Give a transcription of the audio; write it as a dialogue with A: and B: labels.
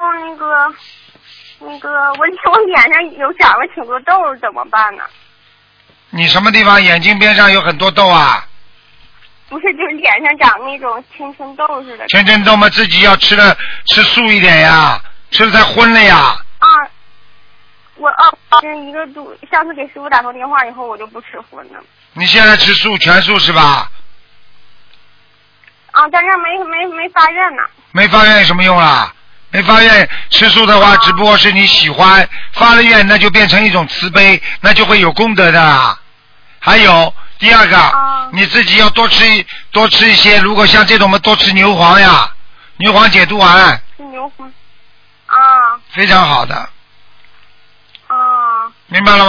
A: 那个那个，我我脸上有长了挺多痘，怎么办呢？
B: 你什么地方眼睛边上有很多痘啊？
A: 不是，就是脸上长那种青春痘似的。
B: 全身痘嘛，自己要吃的吃素一点呀，吃了才荤了呀。
A: 啊，我哦，这一个肚，上次给师傅打通电话以后，我就不吃荤了。
B: 你现在吃素全素是吧？
A: 啊，但是没没没发愿呢。
B: 没发愿有什么用啦？没发愿吃素的话，只不过是你喜欢；发了愿，那就变成一种慈悲，那就会有功德的啦。还有第二个，
A: 啊
B: 你自己要多吃一多吃一些。如果像这种嘛，多吃牛黄呀，牛黄解毒丸
A: 是牛黄。啊
B: 非常好的，
A: 啊，
B: 明白了